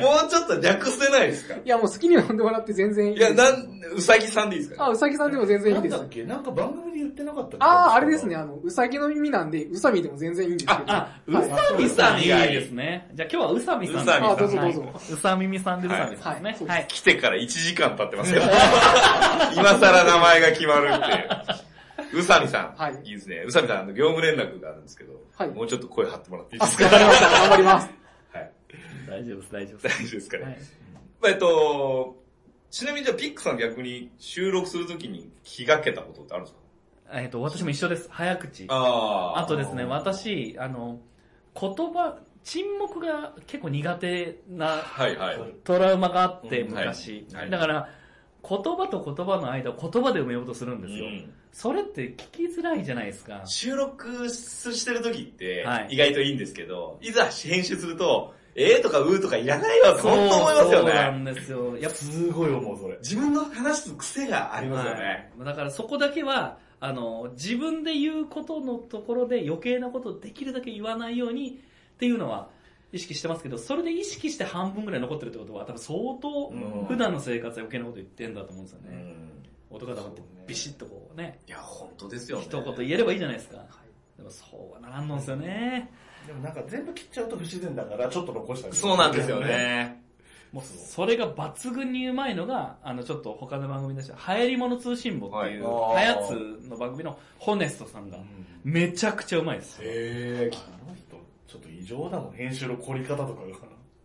もうちょっと略せないですかい
いや、もう好きに呼んでもらって全然いいです
や、なん、うさぎさんでいいです
あ、
か
うさぎさんでも全然いい
なん
です
だ。っけなんか番組で言ってなかったっけ
ああ、あれですね、。あの、うさぎの耳なんで、うさみでも全然いいんですけど。
あ、う
はい
さみさんいいですね。じゃあ今日はうさみさ
うさみ
んで。
さん
あ、どうぞどうぞ。
うさみみさんでうさみさんですね。
は
はいい。
来てから1時間経ってますけど。 [LAUGHS] 今更名前が決まるっていう。うさみさん。
はい
いですね。うさみさん、あの業務連絡があるんですけど、
はい
もうちょっと声張ってもらっていいですか
わかりました、頑張ります。
はい。
大丈夫です、大丈夫で
大丈夫ですか
す。
ね。
はい
まあえっと、ちなみにじゃあピックさん逆に収録するときに気がけたことってあるんですか
えっと、私も一緒です。早口。
あ
あとですね、
あー
私、あの、言葉、沈黙が結構苦手な
はいはい。
トラウマがあって、
うん
昔。
はいはい
だから、言葉と言葉の間を言葉で埋めようとするんですよ。
うん
それって聞きづらいじゃないですか。
収録してるときって
はい
意外といいんですけど、い、ざ編集すると、えーとかうーとかいらないよって本当思いますよ
そうな
ね。
んですよ。やっぱ
すごい思う、それ。
自分の話す癖がありますよね。
はいだからそこだけは、あの、自分で言うことのところで余計なことをできるだけ言わないようにっていうのは意識してますけど、それで意識して半分ぐらい残ってるってことは、多分相
うん
当普段の生活で余計なこと言ってんだと思うんですよ
う
ね。
ん
男だもって
そうね
ビシッとこうね、
いや、本当ですよね。
一言言えればいいじゃないですか。
はい
でもそうはならんのですよね。
でもなんか全部切っちゃうと不自然だから、ちょっと残したり
そうなんですよ。ね。
もう
それが抜群にうまいのが、あの、ちょっと他の番組でした、流行り物通信簿っていう、
は
はいやつの番組のホネストさんが、めちゃくちゃうまいです。
へ
あの人、ちょっと異常だもん。編集の凝り方とか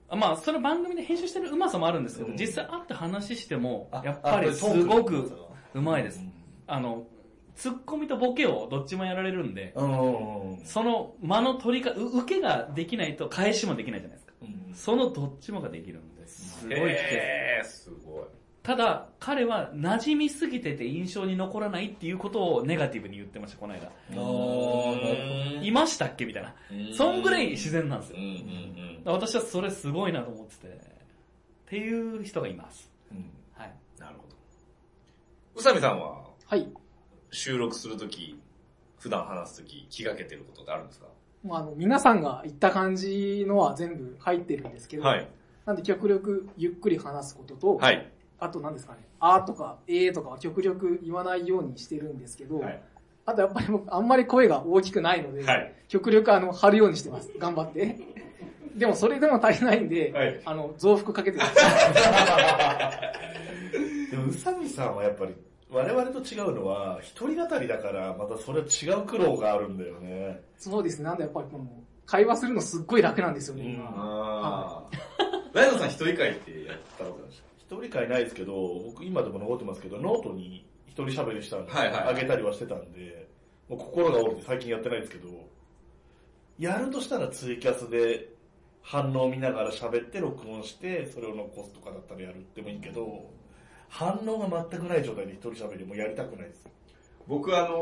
あまあ、その番組で編集してるうまさもあるんですけど、
うん
実際会って話しても、
が。
やっぱりすごくうまいです。
うん。
あの、ツッコミとボケをどっちもやられるんで、
うん。
その間の取りか、う受けができないと返しもできないじゃないですか。そのどっちもができるんです。すごいです。
えー、すごい。
ただ、彼は馴染みすぎてて印象に残らないっていうことをネガティブに言ってました、この間。
あーなるほど
いましたっけみたいな。
うん
そんぐらい自然なんです
う
よ
ん。うんうん。
私はそれすごいなと思ってて。っていう人がいます。
うん
はい。
なるほど。宇佐美さんは
はい。
収録するとき、普段話すとき気がけてることってあるんですか
まあ、あの、皆さんが言った感じのは全部入ってるんですけど、
はい。
なんで極力ゆっくり話すことと、
はい。
あと何ですかね、あーとか、えーとかは極力言わないようにしてるんですけど、
はい
あとやっぱり僕あんまり声が大きくないので、
はい
極力あの、張るようにしてます。頑張って。でもそれでも足りないんで、
はい
あの、増幅かけてます。
でも、宇佐美さんはやっぱり、我々と違うのは、一人語りだから、またそれは違う苦労があるんだよね。
[LAUGHS] そうですね、なんでやっぱりこの、会話するのすっごい楽なんですよね、今。
あー。ライドさん一人会ってやったことあるんですか
一人会ないですけど、僕今でも残ってますけど、ノートに一人喋りしたんで、
はいはい
あげたりはしてたんで、もう心が折れて最近やってないですけど、やるとしたらツイキャスで反応を見ながら喋って録音して、それを残すとかだったらやるってもいいけど、反応が全くない状態で一人喋りもやりたくないです。
僕あの、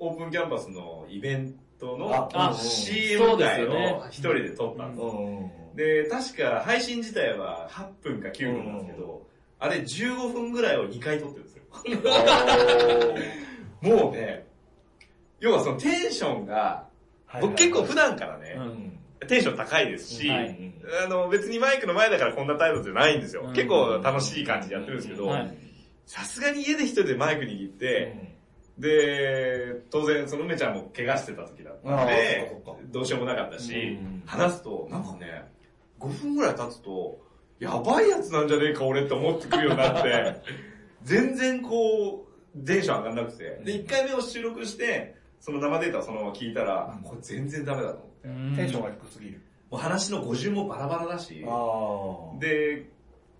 オープンキャンパスのイベントの
あ
あ
CM 会
そうですよ
を
ね
一人で撮ったんですよ
ん
で、確か配信自体は8分か9分なんですけど、あれ15分ぐらいを2回撮ってるんですよ。もうね、要はそのテンションが、僕結構普段からね、
うん
テンション高いですし、
はい
あの別にマイクの前だからこんな態度じゃないんですよ。
うん
結構楽しい感じでやってるんですけど
はい、
さすがに家で一人でマイク握って、で、当然その梅ちゃんも怪我してた時だったの
あーそ
で
っかそっか、
どうしようもなかったし
うん、
話すと、なんかね、5分ぐらい経つと、やばいやつなんじゃねえか俺って思ってくるようにな [LAUGHS] って、全然こう、テンション上がんなくて。で、1回目を収録して、その生データをそのまま聞いたら、これ全然ダメだと思って。
テンションが低すぎる。
もう話の語順もバラバラだし、
あで、
で、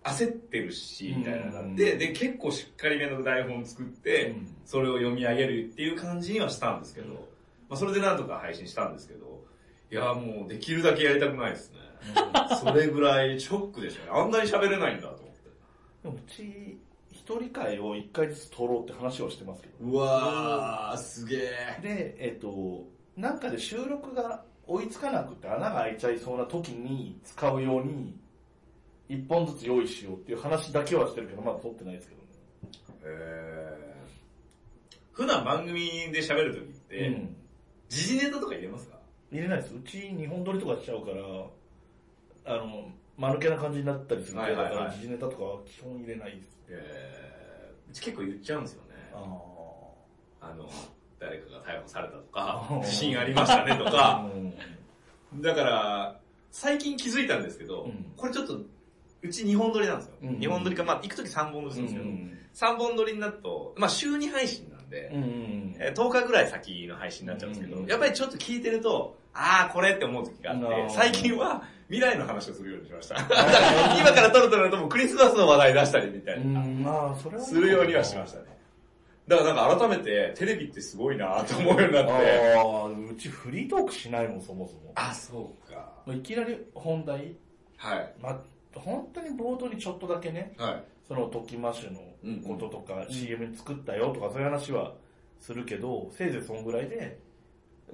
焦ってるし、みたいな
うん
で、で、結構しっかりめの台本作って、
うん
それを読み上げるっていう感じにはしたんですけど、まあそれでなんとか配信したんですけど、いやーもうできるだけやりたくないですね。それぐらいショックでしたね。あんなに喋れないんだと思って。
でもうち、一人会を一回ずつ取ろうって話をしてますけど。
うわー、すげえ。
で、えっと、なんかで収録が追いつかなくて穴が開いちゃいそうな時に使うように、一本ずつ用意しようっていう話だけはしてるけど、まだ撮ってないですけどね。
えー普段番組で喋るときって、
うん
時事ネタとか入れますか
入れないです。うち日本撮りとかしちゃうから、あの、間抜けな感じになったりする
は
けど、だ
いは
か
いはい
ら時事ネタとかは基本入れないです。
えー、うち結構言っちゃうんですよね。
あ
あの、誰かが逮捕されたとか
う、ん
地震ありましたねとか、
うん
だから、最近気づいたんですけど、
うん
これちょっと、うち2本撮りなんですよ。
うん
2本撮りか、まあ行くとき3本撮りするんですけど、3本撮りになると、まあ週2配信なんで、
うん
えー10日ぐらい先の配信になっちゃうんですけど、
うん
やっぱりちょっと聞いてると、あーこれって思う時があっ
なる
て、
ほど
最近は未来の話をするようにしま
[LAUGHS]
した。だから今から撮るとなるともうクリスマスの話題出したりみたいな。
うん、まあ、それは。
するようにはしましたね。だからなんか改めてテレビってすごいなと思うようになって。
ああ、うちフリートークしないもん、そもそも。
あ、そうか。
もういきなり本題、
はい。
まあ、本当に冒頭にちょっとだけね、
はい。
その時マッシュのこととか、CM 作ったよとかそういう話はするけど、せいぜいそんぐらいで、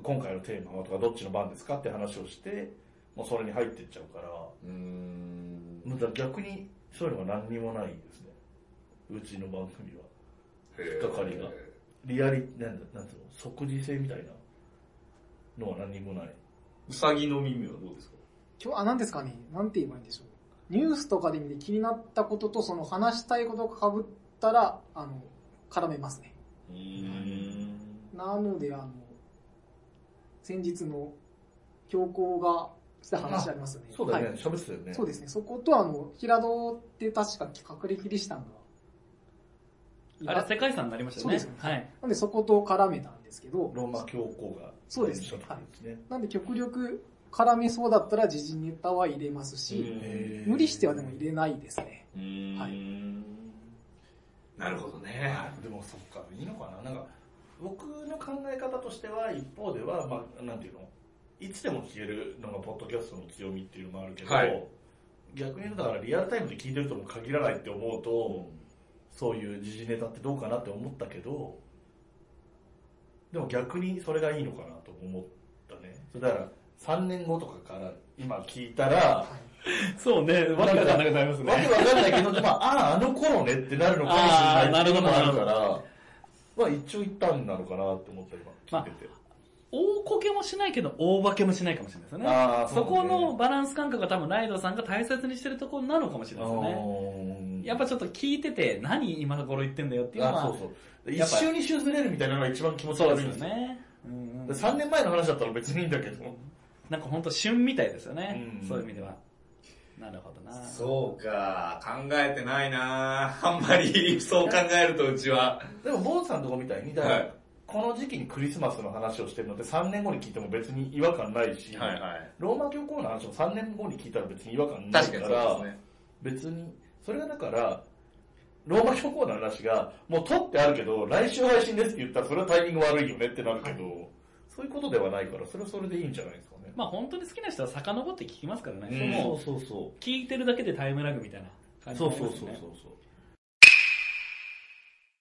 今回のテーマはとか、どっちの番ですかって話をして、もうそれに入ってっちゃうから、
うーん。
まあだから逆にそういうのが何にもないですね。うちの番組は。
引
引っかかりがリアリ、なんだ、なんつうの、即時性みたいなのは何にもない。
うさぎの耳はどうですか
今日、あ、何ですかねなんて言えばいいんでしょう。ニュースとかで見て気になったことと、その話したいことが被ったら、あの、絡めますね。
うー
なので、あの、先日の強行が来た話ありますよね。
そうだよ
は
ね、
い
喋ってたよね。
そうですね。そこと、あの、平戸って確か隠れキリシタンが。
あれ、世界遺産になりましたよね。
そうですね
はい。
なんでそこと絡めたんですけど、
ローマ教皇が。
そうですね
一緒だったんですね。
なんで極力絡めそうだったら時事ネタは入れますし、
へー
無理してはでも入れないですね。
ん。
はい
なるほどね。
あでもそっか、いいのかななんか、僕の考え方としては、一方では、まあ、なんていうのいつでも聞けるのが、ポッドキャストの強みっていうのもあるけど、
はい
逆に言うと、だからリアルタイムで聞いてるとも限らないって思うと、そういう時事ネタってどうかなって思ったけど、でも逆にそれがいいのかなと思ったね。それだから、3年後とかから今聞いたら、
そうね、わけわかんなくなります
わけ
ね。
わかんないけど、まあ、ああ、あの頃ねってなるのかもしれないっていうのもあるから、まあ一応一旦なのかなって思った今、聞いてて。
大こけもしないけど、大化けもしないかもしれないですよね。
あー
そこの
ね
バランス感覚が多分ライドさんが大切にしてるところなのかもしれないですよね。
うん
やっぱちょっと聞いてて、何今頃言ってんだよっていうのは。
あそうそう。
や
一
っぱ
周二周ずれるみたいなのが一番気持ち
そう
悪い
です
ん
よ
ですよ。
ね。うんうん
3年前の話だったら別にいいんだけど。
なんかほんと旬みたいですよね
う。ん
そういう意味では。なるほどな。
そうか。考えてないなあんまり、そう考えるとうちは。
でも、坊さんのとこみたいに、だか
は
ら
い。
この時期にクリスマスの話をしてるのって3年後に聞いても別に違和感ないし、
はいはい。
ローマ教皇の話も3年後に聞いたら別に違和感ない
確
か
かに
ら、
そうですね。
別に、それがだから、ローマ教皇の話が、もう撮ってあるけど、来週配信ですって言ったら、それはタイミング悪いよねってなるけど、そういうことではないから、それはそれでいいんじゃないですかね。
まあ本当に好きな人は遡って聞きますからね。
うん
も
そうそうそう
聞いてるだけでタイムラグみたいな感
う。
じ
そ
に
う
な
そう
ります
そう
ね
そうそう。